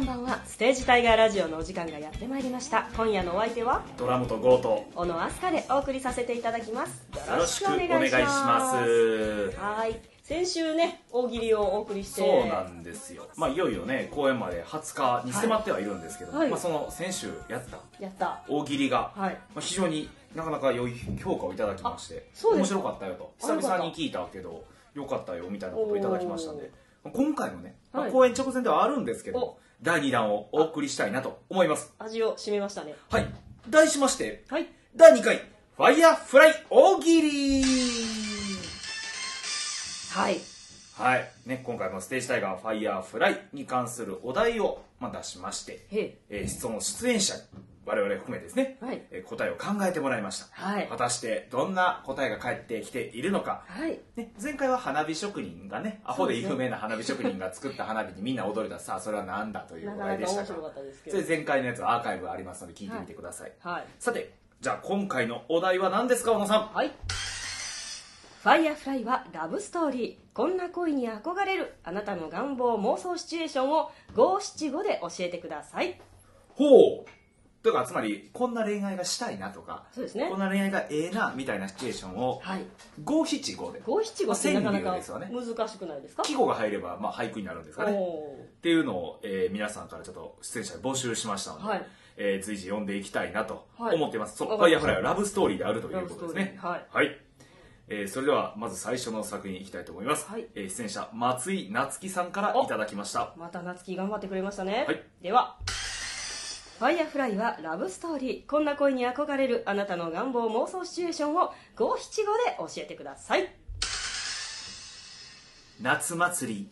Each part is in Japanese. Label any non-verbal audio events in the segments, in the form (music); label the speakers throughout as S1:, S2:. S1: 政治タイガーラジオのお時間がやってまいりました今夜のお相手は
S2: ドラムとゴート
S1: 小野飛鳥でお送りさせていただきます
S2: よろしくお願いします
S1: はい先週ね大喜利をお送りして
S2: そうなんですよ、まあ、いよいよね公演まで20日に迫ってはいるんですけど、
S1: はい
S2: まあ、その先週やった
S1: やった
S2: 大喜利が、
S1: はい
S2: まあ、非常になかなか良い評価をいただきまして
S1: あそうで
S2: 面
S1: す
S2: 白かったよと
S1: あ
S2: 久
S1: よか
S2: 々
S1: った
S2: に聞いたけど良かったよみたいなことをいただきましたんでまあ今回もね、まあ
S1: はい
S2: 公演直前ではあるんですけど
S1: お
S2: 第2弾をお送りしたいなと思います
S1: 味を占めましたね
S2: はい題しまして
S1: はい
S2: 第2回ファイヤーフライ大喜利
S1: はい
S2: はい、ね、今回もステージタイガーファイヤーフライに関するお題を、まあ、出しまして、
S1: へえ
S2: えー、その出演者に我々含めですね、
S1: はい
S2: えー答えを考えてもらいました、
S1: はい
S2: 果たしてどんな答えが返ってきているのか、
S1: はい
S2: ね、前回は花火職人がねアホで有名な花火職人が作った花火にみんな踊れたさあそれは何だという
S1: な
S2: お
S1: かな
S2: 題で
S1: か
S2: した
S1: 面
S2: が
S1: 白かったですけ
S2: そ
S1: ど
S2: れ前回のやつはアーカイブありますので聞いてみてください、
S1: はい
S2: さてじゃあ今回のお題は何ですか小野さん
S1: はいファイヤーフライはラブストーリーこんな恋に憧れるあなたの願望妄想シチュエーションを五七五で教えてください
S2: ほうというかつまりこんな恋愛がしたいなとか
S1: そうですね
S2: こんな恋愛がええなみたいなシチュエーションを
S1: はい
S2: 五七五で
S1: 五七五ってなかな
S2: 川柳
S1: か
S2: ですよね
S1: 難しくないですか
S2: 季語が入れば、まあ、俳句になるんですかね
S1: おー
S2: っていうのを、えー皆さんからちょっと出演者に募集しましたので、
S1: はい
S2: えー随時読んでいきたいなと
S1: はい
S2: 思っています、そう
S1: わ
S2: フ
S1: か
S2: ァイ
S1: り
S2: ヤ
S1: まし
S2: ーフ
S1: た
S2: ライはラブストーリーであるということですね
S1: ラブストーリ
S2: はい、えーそれではまず最初の作品いきたいと思います、
S1: はい
S2: えー出演者松井夏樹さんからいただきました
S1: また夏希頑張ってくれましたね、
S2: はい
S1: ではファイヤーフライはラブストーリーこんな恋に憧れるあなたの願望妄想シチュエーションを五七五で教えてください
S2: 夏祭り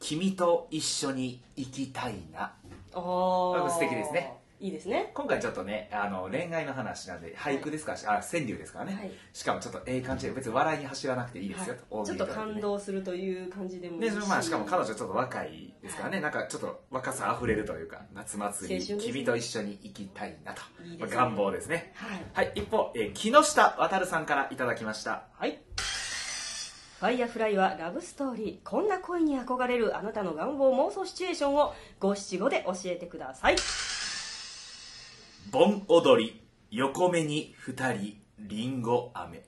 S2: 君と一緒に行きたいな
S1: お
S2: なん
S1: ー
S2: か素敵ですね
S1: いいですね
S2: 今回ちょっとねあの恋愛の話なんで俳句ですから、あ川柳ですからね、
S1: はい
S2: しかもちょっとええ感じで別に笑いに走らなくていいですよ、
S1: は
S2: 大
S1: いち
S2: 喜
S1: ょっ
S2: 利
S1: と
S2: かでね
S1: 感動するという感じでもいい
S2: で
S1: し、
S2: まあ、しかも彼女ちょっと若いですからね、なんかちょっと若さあふれるというか夏祭
S1: 青春で
S2: り、
S1: すね
S2: 君と一緒に行きたいなと
S1: いいで
S2: まあ
S1: すね
S2: 願望ですね
S1: はい
S2: はい一方、えー木下渉さんからいただきました
S1: はいファイヤーフライはラブストーリーこんな恋に憧れるあなたの願望妄想シチュエーションを五七五で教えてください
S2: 盆踊り横目に二人りんご飴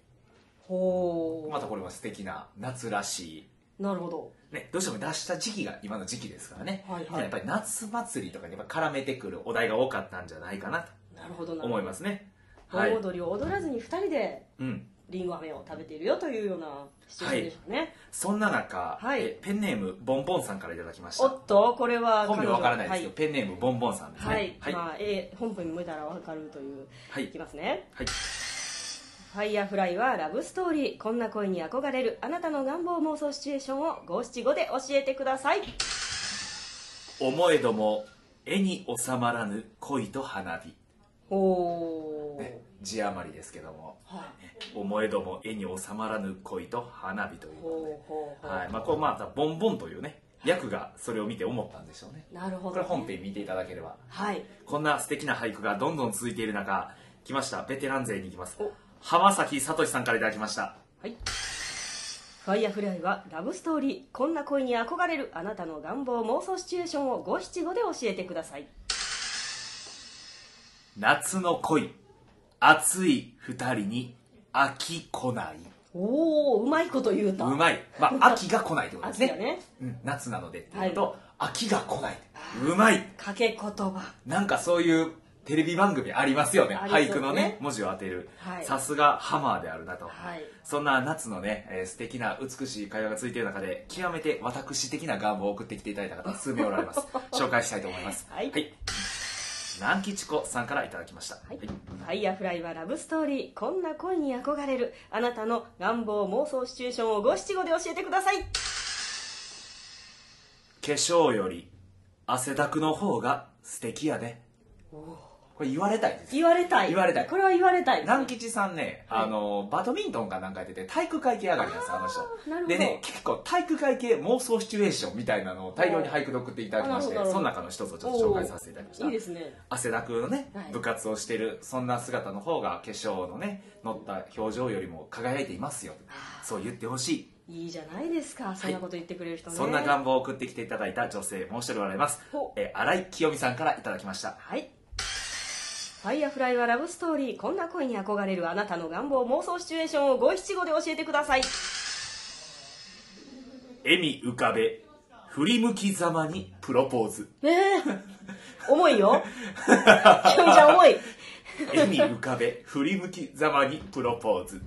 S1: ほ
S2: またこれも素敵な夏らし
S1: うなるほど
S2: いね、どうしても出した時期が今の時期ですからね、
S1: はいはい
S2: みんなやっぱり夏祭りとかにやっぱ絡めてくるお題が多かったんじゃないかな
S1: なるほど
S2: と
S1: なる
S2: 思
S1: ほ
S2: い
S1: ど
S2: ますね、はい
S1: 盆、踊りを踊らずに2人で
S2: うん、
S1: りんご飴を食べているよというようなシチュエーションでしょうね、
S2: そんな中、
S1: はい
S2: えペンネームボンボンさんからいただきました
S1: おっとこれは
S2: 本名わからないですけ
S1: よ
S2: ど、ペンネームボンボンさんですね
S1: はい、
S2: はい、
S1: まあ、A 本文見たらわかるという、
S2: はい
S1: いきますね
S2: はい
S1: ファイヤーフライはラブストーリーこんな恋に憧れるあなたの願望妄想シチュエーションを五七五で教えてください
S2: 思えども絵に収まらぬ恋と花火
S1: おおー、
S2: 字余りですけども
S1: はい
S2: 思えども絵に収まらぬ恋と花火という
S1: ほう
S2: こ
S1: ほうほう、
S2: とで、はいまあ、これまあボンボンというね役がそれを見て思ったんでしょうね
S1: なるほ
S2: こ
S1: ど、
S2: れ本編見ていただければ
S1: はい
S2: こんな素敵な俳句がどんどん続いている中来ましたベテラン勢に行きます
S1: お
S2: 浜崎聡さんからいただきました
S1: はい。ファイヤーフライはラブストーリー。こんな恋に憧れるあなたの願望妄想シチュエーションを五七五で教えてください。
S2: 夏の恋熱い二人に飽きこない
S1: おお、うまいこと言う
S2: う
S1: た。
S2: まい、まあ、秋が来ないってことです (laughs)
S1: 秋
S2: ね
S1: だね。
S2: うん、夏なのでっていうのと、秋が来ないうまい
S1: 掛け言葉。
S2: なんかそういうテレビ番組ありますよね
S1: ありそうね
S2: 俳句のね文字を当てる
S1: はい
S2: さすがハマーであるなと、
S1: はい
S2: そんな夏のね、えー素敵な美しい会話がついている中で極めて私的な願望を送ってきていただいた方数名おられます
S1: (laughs)
S2: 紹介したいと思います
S1: はい
S2: 南吉子さんからいただきました、
S1: はい。ファイヤーフライはラブストーリー。こんな恋に憧れるあなたの願望妄想シチュエーションを五七五で教えてください。
S2: 化粧より汗だくの方が素敵やねこれ言われたいです
S1: 言われたい。
S2: 言われたい
S1: これは言われたい。
S2: 南吉さんね、
S1: はい
S2: あのバドミントンかなんかやってて体育会系上がりなんですあの人
S1: なるほど
S2: でね結構体育会系妄想シチュエーションみたいなのを大量に俳句で送っていただきまし
S1: あな
S2: て
S1: るほど
S2: その中の一つをちょっと紹介させていただきました
S1: いいですね。
S2: 汗だくのね
S1: はい
S2: 部活をしてるそんな姿の方が化粧のね乗った表情よりも輝いていますよそう言ってほしい
S1: いいじゃないですかそんなこと言ってくれる人ね、
S2: そんな願望を送ってきていただいた女性もう一人おられます
S1: ほ、
S2: えー、新井清美さんからいただきました
S1: はい。ファイヤーフライはラブストーリー、こんな恋に憧れるあなたの願望、妄想シチュエーションを五七五で教えてください。
S2: 笑み浮かべ振り向きざまにプロポーズ
S1: ええ重いよ。ひよみちゃん重い。
S2: 笑み浮かべ振り向きざまにプロポーズ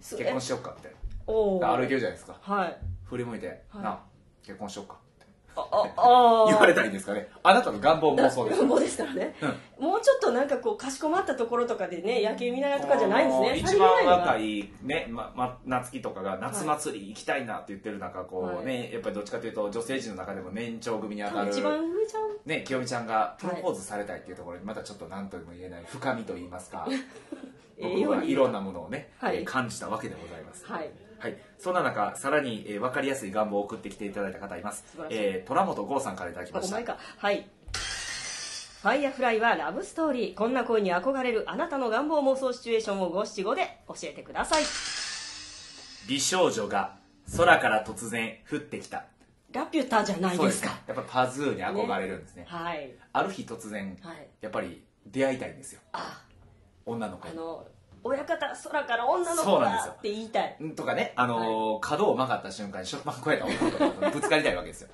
S1: す
S2: 結婚しよっかみたい
S1: おお。
S2: な歩い
S1: は
S2: て
S1: い。
S2: るじゃないですか
S1: あ、
S2: 振り向いて、
S1: はい
S2: なあ結婚しよっかって
S1: あ、ああ。
S2: 言われたらいいんですかねあなたの願望妄想です
S1: 願望ですからね、もうちょっとなんかこうかしこまったところとかでね野球 (laughs) 見ながらとかじゃないんですね
S2: 一番若
S1: い
S2: い、ねまま、夏希とかが夏祭り行きたいなって言ってる中こう、ねやっぱりどっちかというと女性陣の中でも年長組に当たる
S1: 一番上ちゃん
S2: ね、清美ちゃんがプロポーズされたいっていうところにまたちょっと何とも言えない深みと言いますか
S1: (laughs) ええ
S2: 僕
S1: ように
S2: はいろんなものをね、
S1: はい
S2: えー感じたわけでございます
S1: はい、
S2: はい、そんな中さらに、えー、分かりやすい願望を送ってきていただいた方います
S1: 素晴らしい
S2: えー、虎本剛さんからいただきま
S1: お
S2: した
S1: 前かはいファイヤーフライはラブストーリーこんな恋に憧れるあなたの願望妄想シチュエーションを五七五で教えてください
S2: 美少女が空から突然降ってきた
S1: ラピュタじゃない
S2: そう
S1: で
S2: ですす
S1: か
S2: ねやっぱパズーに憧れるんですね
S1: はい
S2: ある日突然、
S1: はい
S2: やっぱり出会いたいんですよ
S1: あ
S2: 女の子
S1: あ
S2: に
S1: の親方空から女の子
S2: そうなんです
S1: だ
S2: よ
S1: って言いたい
S2: うんとかね、あのー角を曲がった瞬間に (laughs) 食パン越えた女の子とぶつかりたいわけですよ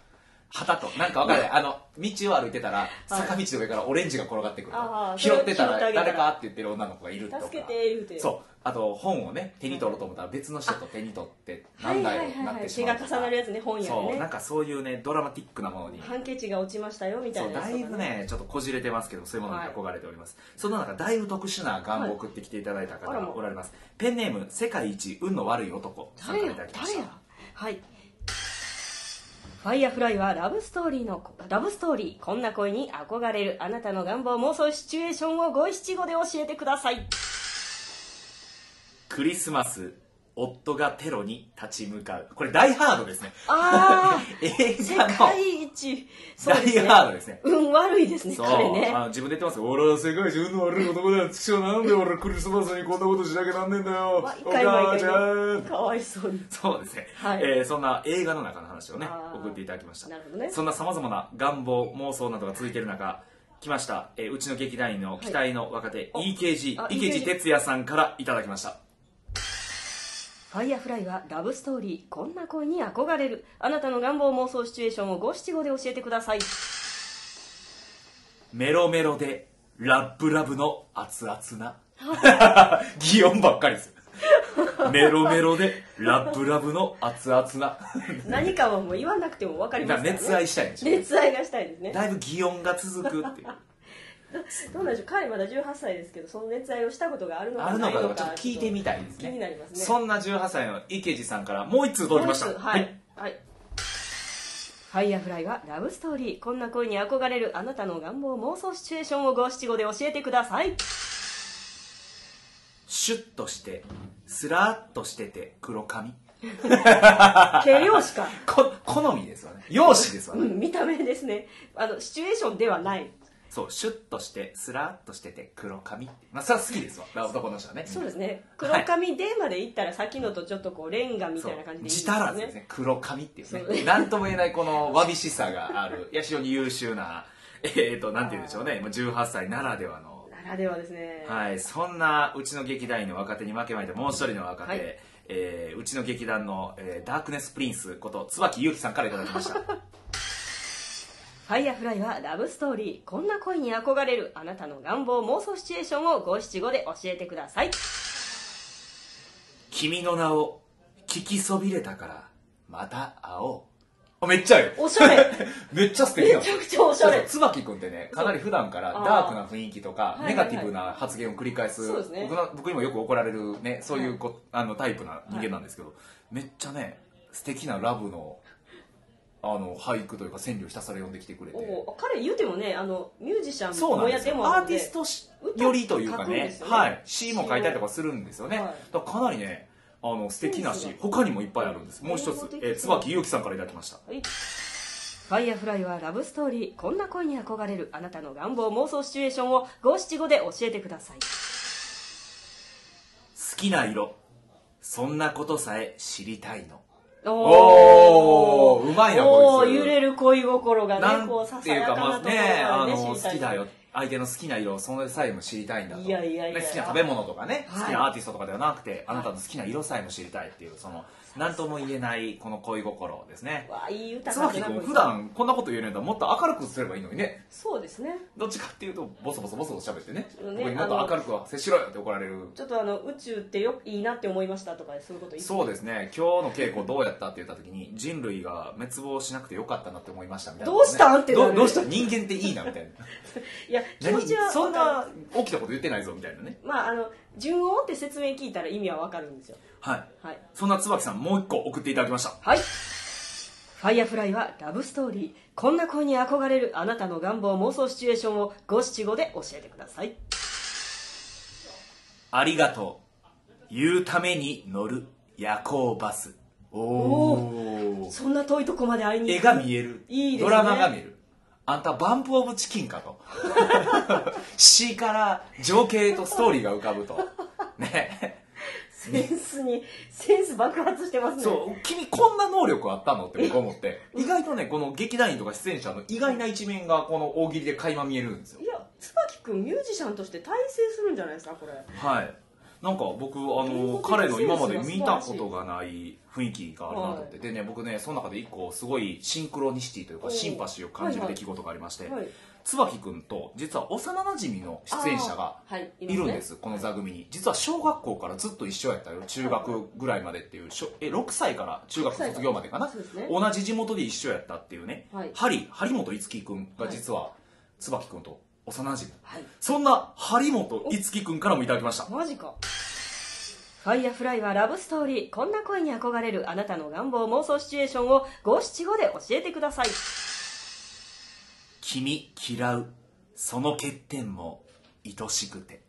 S2: 旗となんかわからないあの道を歩いてたら坂道の上からオレンジが転がってくると
S1: あー
S2: 拾ってた
S1: それを拾ってあ
S2: ら
S1: げたら
S2: 誰かって言ってる女の子がいるとか
S1: 助けて言うて
S2: そうあと本をね手に取ろうと思ったら別の人と手に取って
S1: は
S2: 何
S1: いはい
S2: だよ
S1: はい
S2: ってなっ
S1: は
S2: て
S1: い
S2: し
S1: 手
S2: まう
S1: が
S2: とか
S1: 重なるやつね本屋
S2: そう
S1: で
S2: な
S1: ね
S2: んかそういうねドラマティックなものに
S1: ハンケチが落ちましたよみた
S2: そ
S1: いうなや
S2: だ
S1: つと
S2: い
S1: か
S2: ぶ
S1: ね
S2: ねちょっとこじれてますけどそういうものに憧れております、その中だいぶ特殊な願望を送ってきていただいた方
S1: はいあら
S2: が
S1: ま
S2: おられます、ペンネーム世界一運の悪い男さん
S1: 誰
S2: から
S1: や
S2: いただきまし
S1: 誰
S2: た
S1: やはいファイヤーフライはラブストーリーのラブストーリーこんな恋に憧れるあなたの願望妄想シチュエーションを五七五で教えてください
S2: クリスマス夫がテロに立ち向かうこれ大ハードですね
S1: ああ
S2: 映
S1: 世
S2: 画の
S1: 界一そうです
S2: 大
S1: ね
S2: ハードですね
S1: 運悪いですね
S2: そう、
S1: 彼ね
S2: あの自分で言ってますけど俺は世界一運の悪い男だよ父親なんで俺クリスマスにこんなことしなきゃなんねえんだよ
S1: 毎
S2: お
S1: 回毎
S2: 母
S1: 回
S2: ちゃん
S1: かわいそうに
S2: (laughs) そうですね、
S1: はい
S2: えーそんな映画の中の話をね
S1: あー
S2: 送っていただきました
S1: なるほどね
S2: そんなさまざまな願望妄想などが続いている中来ました、えーうちの劇団員の期待の若手、
S1: お
S2: EKG
S1: あ
S2: 池地
S1: EKG
S2: 哲也さんからいただきました
S1: ファイヤーフライはラブストーリーこんな恋に憧れるあなたの願望妄想シチュエーションを五七五で教えてください
S2: メロメロでラッブラブの熱々
S1: (laughs)
S2: な擬音ばっかりですメロメロでラッブラブの熱々な
S1: 何かはもう言わなくても分かりますから、ね、
S2: 熱愛したいんでしょ
S1: 熱愛がしたいですね
S2: だいぶ擬音が続くっていう
S1: どうなんでしょう彼まだ18歳ですけどその熱愛をしたことがあるの
S2: あ
S1: か
S2: るの
S1: ない
S2: か
S1: の
S2: どう
S1: か
S2: かちょっと聞いてみたいですね
S1: 気になりますね
S2: そんな18歳の池地さんからもう一通届きました
S1: もう一つはい、はいファイヤーフライはラブストーリーこんな恋に憧れるあなたの願望妄想シチュエーションを五七五で教えてください
S2: シュッとしてスラーっとしてて黒髪
S1: 形容詞か、
S2: こ好みですわね容姿ですわ
S1: う
S2: ね、
S1: ん、見た目ですねあのシチュエーションではない
S2: そうシュッとしてスラーっとしてて黒髪まあそれは好きですわ男の人はね
S1: そうです
S2: ね
S1: ね黒髪でまでいったらさっきのとちょっとこうレンガみたいな感じでいいですよ
S2: 自足らずですね黒髪っていうね
S1: そう
S2: 何とも言えないこのわびしさがあるやしろに優秀なえっ、となんて言うんでしょうねもう18歳ならではの
S1: ならではですね、
S2: はい、そんなうちの劇団員の若手に負けまいてもう一人の若手、
S1: はい
S2: えーうちの劇団の、えーダークネスプリンスこと椿ゆうきさんからいただきました
S1: (laughs) ファイヤーフライはラブストーリーこんな恋に憧れるあなたの願望妄想シチュエーションを五七五で教えてください
S2: 君の名を聞きそびれたからまた会おうあめっちゃいい
S1: おしゃれ
S2: (laughs) めっちゃ素
S1: め
S2: 敵なの
S1: ちゃくちゃおしゃ
S2: そう
S1: れ
S2: そう椿君ってねかなり普段から
S1: そう
S2: ダークな雰囲気と
S1: あ
S2: か
S1: ー
S2: ネガティブな発言を繰り返す,、
S1: はいはいはいそうですね
S2: 僕の僕にもよく怒られる、ね、そうい
S1: はいう
S2: こ、あのタイプな人間なんですけど、めっちゃね素敵なラブのあの俳句というか川柳をひたすら読んできてくれて
S1: お彼言うてもねあのミュージシャン
S2: そうなん
S1: も
S2: で
S1: や
S2: す
S1: で
S2: よ
S1: も
S2: ア
S1: あるの
S2: ーテ
S1: で
S2: ィストしよりというか
S1: 書くんで
S2: ね
S1: すよね
S2: はい、詩も書いたりとかするんですよね、
S1: はい
S2: だからかなりねあの素敵な
S1: セン
S2: 詩
S1: スが
S2: 他にもいっぱいあるんですもう
S1: そ
S2: 一
S1: うい
S2: つ
S1: うこと、
S2: えー椿ゆうきさんからいただきました
S1: はいファイヤーフライはラブストーリーこんな恋に憧れるあなたの願望妄想シチュエーションを五七五で教えてください
S2: 好きな色そんなことさえ知りたいのおーうまいなこいつ
S1: おー揺れる恋心が
S2: な
S1: ね
S2: ん
S1: こうさ
S2: て
S1: さ
S2: いう
S1: やか
S2: か
S1: なと
S2: まあ
S1: ころ
S2: ねあ
S1: がね
S2: の
S1: 知りた
S2: 好
S1: い
S2: きだよ相手の好きな色そのさえも知りたいんだと
S1: いやいやいや
S2: ね好きな食べ物とかね
S1: はい
S2: 好きなアーティストとかではなくてあなたの好きな色さえも知りたいっていうその何とも言えないこの恋心ですね
S1: わあいい歌書く
S2: 椿
S1: な
S2: 君
S1: こいつ
S2: 普段こんなこと言えるんだったらもっと明るくすればいいのにね
S1: そうですね
S2: どっちかっていうとボソボソボソボソ喋ってね
S1: うんね
S2: 僕にもっと明るくは接しろよって怒られる
S1: ちょっとあの宇宙ってよいいなって思いましたとかそういうこと言って
S2: そうですね今日の稽古どうやったって言った時に人類が滅亡しなくてよかったなって思いましたみたいな、
S1: どうしたんってなる
S2: どどうした人間っていいなみたいない
S1: や気持
S2: 何
S1: ちは
S2: そん
S1: わか
S2: な起きたこと言ってないぞみたいなね
S1: るまああの順応って説明聞いたら意味はわかるんですよ
S2: はい
S1: はい
S2: そんな椿さんもう一個送っていただきました
S1: はい。ファイヤーフライはラブストーリー。こんな恋に憧れるあなたの願望、妄想シチュエーションを五七五で教えてください。
S2: ありがとう言うために乗る夜行バスおお
S1: そんな遠いとこまで会いに
S2: 絵
S1: 行く
S2: が見える
S1: いいですね
S2: ドラマが見えるあんたバンプ・オブ・チキンかと詩から情景とストーリーが浮かぶとね
S1: センスに、センス爆発してますね。
S2: そう君こんな能力あったのって僕思って意外とねこの劇団員とか出演者の意外な一面がこの大喜利で垣間見えるんですよ
S1: いや、椿君ミュージシャンとして大成するんじゃないですか、これ。
S2: はいなんか僕あの
S1: 本当に
S2: 彼の今まで
S1: センスが
S2: 見たことがない雰囲気があるなと思って、でね僕ねその中で一個すごいシンクロニシティという
S1: お
S2: か
S1: う
S2: シンパシーを感じる
S1: はいはい
S2: 出来事がありまして、
S1: はい。
S2: 椿君と実は幼なじみの出演者が
S1: あーはい
S2: いるんです、この座組に実は小学校からずっと一緒やったよ中学ぐらいまでっていうしょえ6歳から中学卒業までかな
S1: そうですね
S2: 同じ地元で一緒やったっていうね、
S1: はい
S2: ハリー張本樹樹君が実は椿君と幼なじみ、
S1: はい。
S2: そんな張本樹樹君からもいただきました
S1: マジか。ファイヤーフライはラブストーリー。こんな恋に憧れるあなたの願望、妄想シチュエーションを五七五で教えてください。
S2: 君嫌うその欠点も愛しくて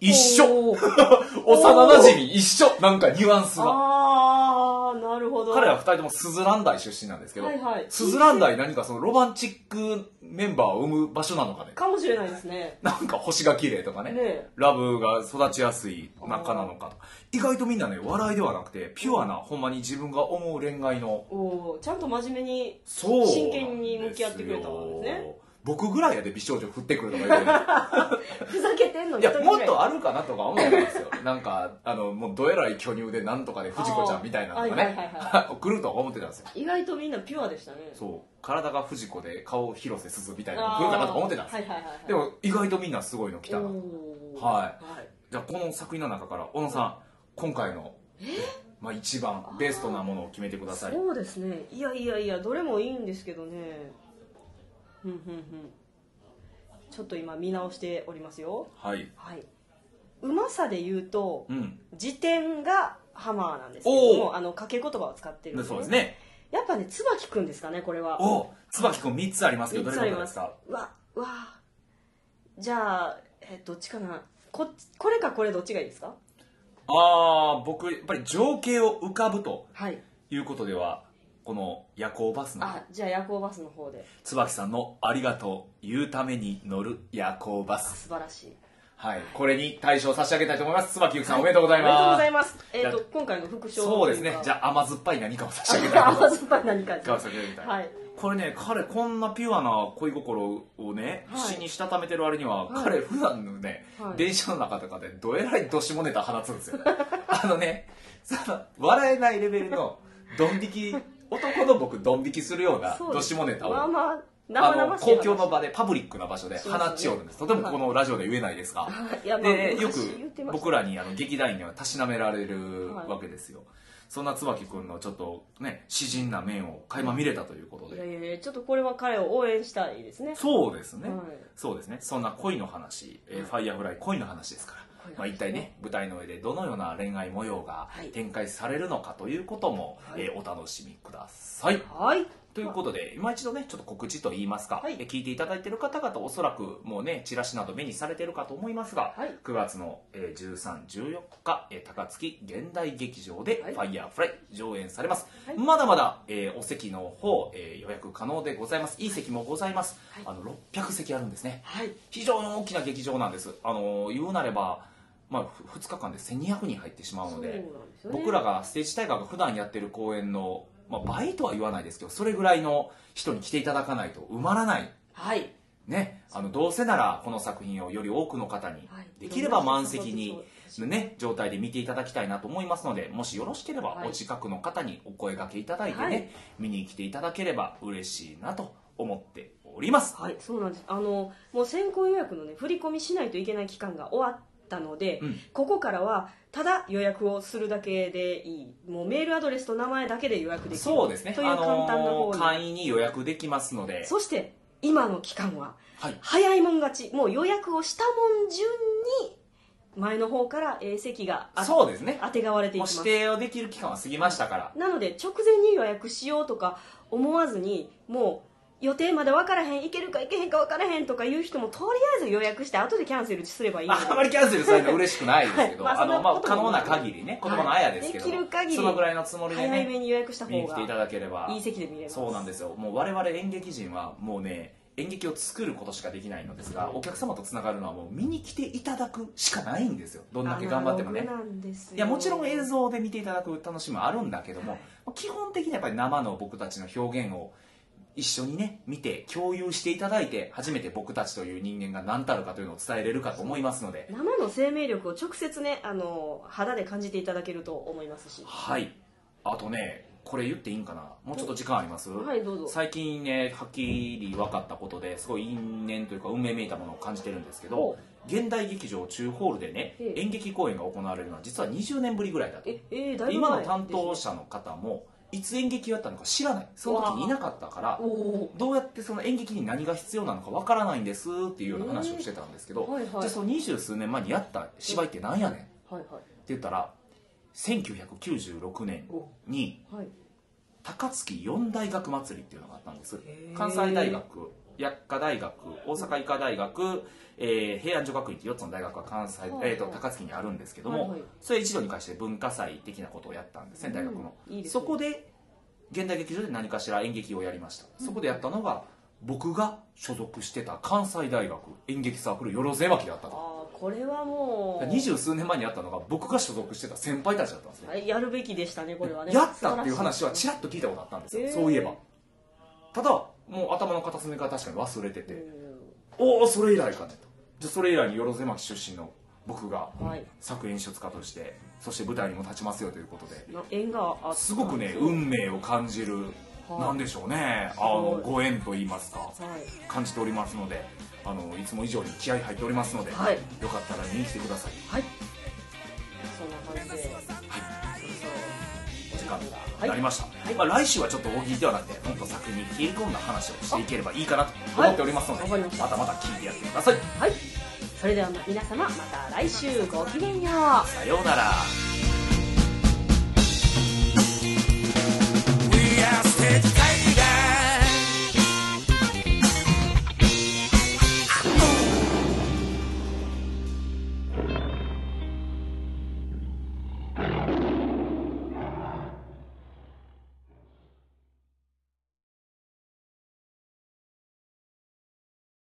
S2: 一緒
S1: おー
S2: 幼なじみ一緒なんかニュアンスが
S1: あー、なるほど。
S2: 彼ら二人ともスズラン大出身なんですけど、
S1: はいはい
S2: スズラン大何かそのロマンチックメンバーを生む場所なのかね
S1: かもしれないですね。
S2: なんか星が綺麗とかね
S1: ねえ
S2: ラブが育ちやすい仲なのかとか意外とみんなね笑いではなくてピュアなほんまに自分が思う恋愛の
S1: おーちゃんと真面目に。
S2: そうなんですよ
S1: 真剣に向き合ってくれたわけですね
S2: 僕ぐらいやで美少女振ってくるとか言うの
S1: ふざけてんの
S2: い
S1: (laughs) に。
S2: や
S1: 一人
S2: も
S1: ぐ
S2: っ
S1: ら
S2: とあるかなとか思ったんですよなんかあのもうどえらい巨乳でなんとかで藤子ちゃんみたいなのが
S1: あーはいはい
S2: ね
S1: は
S2: 来るとは思ってたんですよ
S1: 意外とみんなピュアでしたね。
S2: そう体が藤子で顔広瀬すずみたいなの
S1: あ
S2: が
S1: ー
S2: 来るかなとか思ってたんですよ、
S1: はいはいはいはい。
S2: でも意外とみんなすごいの来たなと
S1: おー
S2: はい
S1: はい。
S2: じゃあこの作品の中から小野さん今回の、まあ、一番ベストなものを決めてください
S1: そうですね。いやいやいや、どれもいいんですけどね。ふんふんふん。ちょっと今見直しておりますよ。
S2: はい
S1: はい。うまさで言うと
S2: う、ん
S1: 辞典がハマーなんですけど
S2: お
S1: も、あの、掛け言葉を使ってるん
S2: で
S1: ね
S2: そうです。ね
S1: やっぱね、椿くんですかね、これは。
S2: お椿君3つありますけど
S1: 三つあ
S2: どれが
S1: り
S2: いい
S1: ま
S2: です
S1: す
S2: か
S1: うわうわじゃあえどっちかなこっちこれかこれどっちがいいですか
S2: ああ僕やっぱり情景を浮かぶと
S1: はい
S2: いうことではこの夜行バスの
S1: あじゃあ夜行バスの方で
S2: 椿さんの「ありがとう」言うために乗る夜行バス
S1: 素晴らしい
S2: はいこれに対象差し上げたいと思います椿ゆきさんおめでとうござい
S1: ありがとう
S2: ま
S1: ご
S2: す
S1: ざいますえっ、と
S2: じ
S1: 今回の副賞
S2: そうですねじ
S1: あ
S2: ゃあ甘酸っぱい何かを差し上げたいと思い
S1: (laughs)
S2: ま
S1: 甘
S2: す
S1: 酸っぱい何かです
S2: 甘酸っぱい何か
S1: はい
S2: これね彼こんなピュアな恋心をね、
S1: はい
S2: 詩にしたためてる割には、
S1: はい
S2: 彼普段のね、
S1: はい
S2: 電車の中とかでどえらいどしもネタ放つんですよ (laughs) あのねその笑えないレベルのドン引き男の僕ドン引きするような
S1: そう
S2: ど
S1: です
S2: しもネタを
S1: まあまあ
S2: あ
S1: 生
S2: の
S1: 々しい話
S2: 公共の場でパブリックな場所で
S1: そうですね
S2: 放ちおるんですとてもこのラジオで言えないですが、
S1: いやまあ
S2: でよく
S1: 昔言ってました
S2: 僕らにあの劇団員にはたしなめられる
S1: はい
S2: わけですよ、そんな椿君のちょっとね詩人な面を垣間見れたということ
S1: い
S2: で、
S1: やいやいやちょっとこれは彼を応援したいですね
S2: そうですね、
S1: はい
S2: そうですねそんな恋の話、えーファイヤーフライ恋の話ですから
S1: 恋の話ね
S2: まあ、一体ね舞台の上でどのような恋愛模様が
S1: はい
S2: 展開されるのかということも、
S1: はい
S2: えーお楽しみください
S1: はい
S2: ということで、今一度ね、ちょっと告知といいますか、
S1: はい
S2: え聞いていただいている方々、おそらくもうね、チラシなど目にされているかと思いますが、
S1: はい
S2: 9月の、えー13、14日、えー高槻現代劇場で、
S1: はい
S2: ファイヤーフライ上演されます。
S1: はい
S2: まだまだ、えーお席の方、えー予約可能でございます。いい席もございます。
S1: はい
S2: あの、600席あるんですね。
S1: はい
S2: 非常に大きな劇場なんです。あのー言うなれば、まあ、ふ2日間で1200人入ってしまう
S1: そ
S2: の
S1: うなん
S2: で
S1: ですよね
S2: 僕らがステージ大会が普段やってる公演の、まあ、倍とは言わないですけどそれぐらいの人に来ていただかないと埋まらない
S1: はい
S2: ね、あのどうせならこの作品をより多くの方に
S1: はい
S2: できれば満席に、
S1: そう
S2: ね、状態で見ていただきたいなと思いますのでもしよろしければ
S1: はい
S2: お近くの方にお声掛けいただいてね、
S1: はい
S2: 見に来ていただければ嬉しいなと思っております、
S1: はいそうなんですあのもう先行予約のね振り込みしないといけない期間が終わったので、
S2: うん
S1: ここからはただ予約をするだけでいいもうメールアドレスと名前だけで予約できる
S2: そうですね
S1: という簡単な方
S2: あの
S1: に、
S2: 会員に予約できますので、
S1: そして今の期間は
S2: はい、
S1: 早いもん勝ちもう予約をしたもん順に前の方からえー席があ
S2: そうですね
S1: 当てがわれていきま
S2: もう
S1: す
S2: 指定をできる期間は過ぎましたから
S1: なので直前に予約しようとか思わずにもう予定まで分からへん行けるか行けへんか分からへんとかいう人もとりあえず予約して後でキャンセルすればいいので
S2: ああまりキャンセルされるの嬉しくないですけど、
S1: はいまあ
S2: あのま
S1: そ
S2: あ、
S1: んなこと
S2: 可
S1: も
S2: 能な限りね言葉のあやですけど、
S1: はいできる限り
S2: そのぐらいのつもりで
S1: 早
S2: ね
S1: めに予約した
S2: 見
S1: 方
S2: に来ていた
S1: が
S2: だければ
S1: いい席で見れます
S2: そうなんですよもう我々演劇人はもうね演劇を作ることしかできないのですがお客様とつながるのはもう見に来ていただくしかないんですよどんだけ頑張っても
S1: ア
S2: ね
S1: ナログなんですよ
S2: いやもちろん映像で見ていただく楽しみもあるんだけども、
S1: はい
S2: 基本的にはやっぱり生の僕たちの表現を一緒にね見て共有していただいて初めて僕たちという人間が何たるかというのを伝えれるかと思いますので
S1: 生の生命力を直接ねあの肌で感じていただけると思いますし
S2: はいあとねこれ言っていいんかなもうちょっと時間あります、
S1: はいどうぞ
S2: 最近ねはっきり分かったことですごい因縁というか運命めいたものを感じてるんですけ
S1: お
S2: ど現代劇場中ホールでね
S1: ええ
S2: 演劇公演が行われるのは実は20年ぶりぐらいだと
S1: ええー、だいぶ
S2: 今
S1: 前
S2: の担当者の方もいつ演劇をやったのか知らないその時にいなかったから
S1: おお
S2: どうやってその演劇に何が必要なのかわからないんですっていうような話をしてたんですけど、
S1: はいはいは
S2: じ
S1: い
S2: ゃあその二十数年前にやった芝居ってなんやねんって
S1: はい
S2: 言ったら1996年に
S1: はい
S2: 高槻四大学祭りっていうのがあったんです
S1: へー
S2: 関西大学薬科大学大阪医科大学、えー平安女学院って4つの大学は関西、
S1: はいはい
S2: えー、と高槻にあるんですけども、
S1: はいはい
S2: それ一度に関して文化祭的なことをやったんですね大学の、
S1: うんいいですね
S2: そこで現代劇場で何かしら演劇をやりました、そこでやったのが僕が所属してた関西大学演劇サークルよろぜまきであったと
S1: ああこれはもう
S2: 二十数年前にあったのが僕が所属してた先輩たちだったんですね
S1: はいやるべきでしたねこれはね
S2: やったっていう話は
S1: 素
S2: ちらっと聞いたことあったんです
S1: へ
S2: よ
S1: ー
S2: そういえばただもう頭の片隅から確かに忘れて
S1: 晴らしていうん
S2: おおそれ以来かねとじゃあそれ以来によろず巻出身の僕が
S1: はい
S2: 作演出家としてそして舞台にも立ちますよということで
S1: な縁があった
S2: すごくね
S1: そう
S2: 運命を感じる
S1: はい
S2: なんでしょうねあ
S1: は
S2: の
S1: い
S2: ご縁と言いますか
S1: はい
S2: 感じておりますのであのいつも以上に気合入っておりますのでよか
S1: はい
S2: ったら見に来てください
S1: はいそんな感じでそうそう
S2: お時間
S1: は
S2: が
S1: い
S2: なりました、
S1: い
S2: まあ、来週はちょっと大喜利ではなくてもっと作品に切り込んだ話をしていければいいかなと思っておりますので、
S1: はいわかりました
S2: またまた聞いてやってください
S1: はいそれでは皆様また来週ごきげんよう
S2: さようなら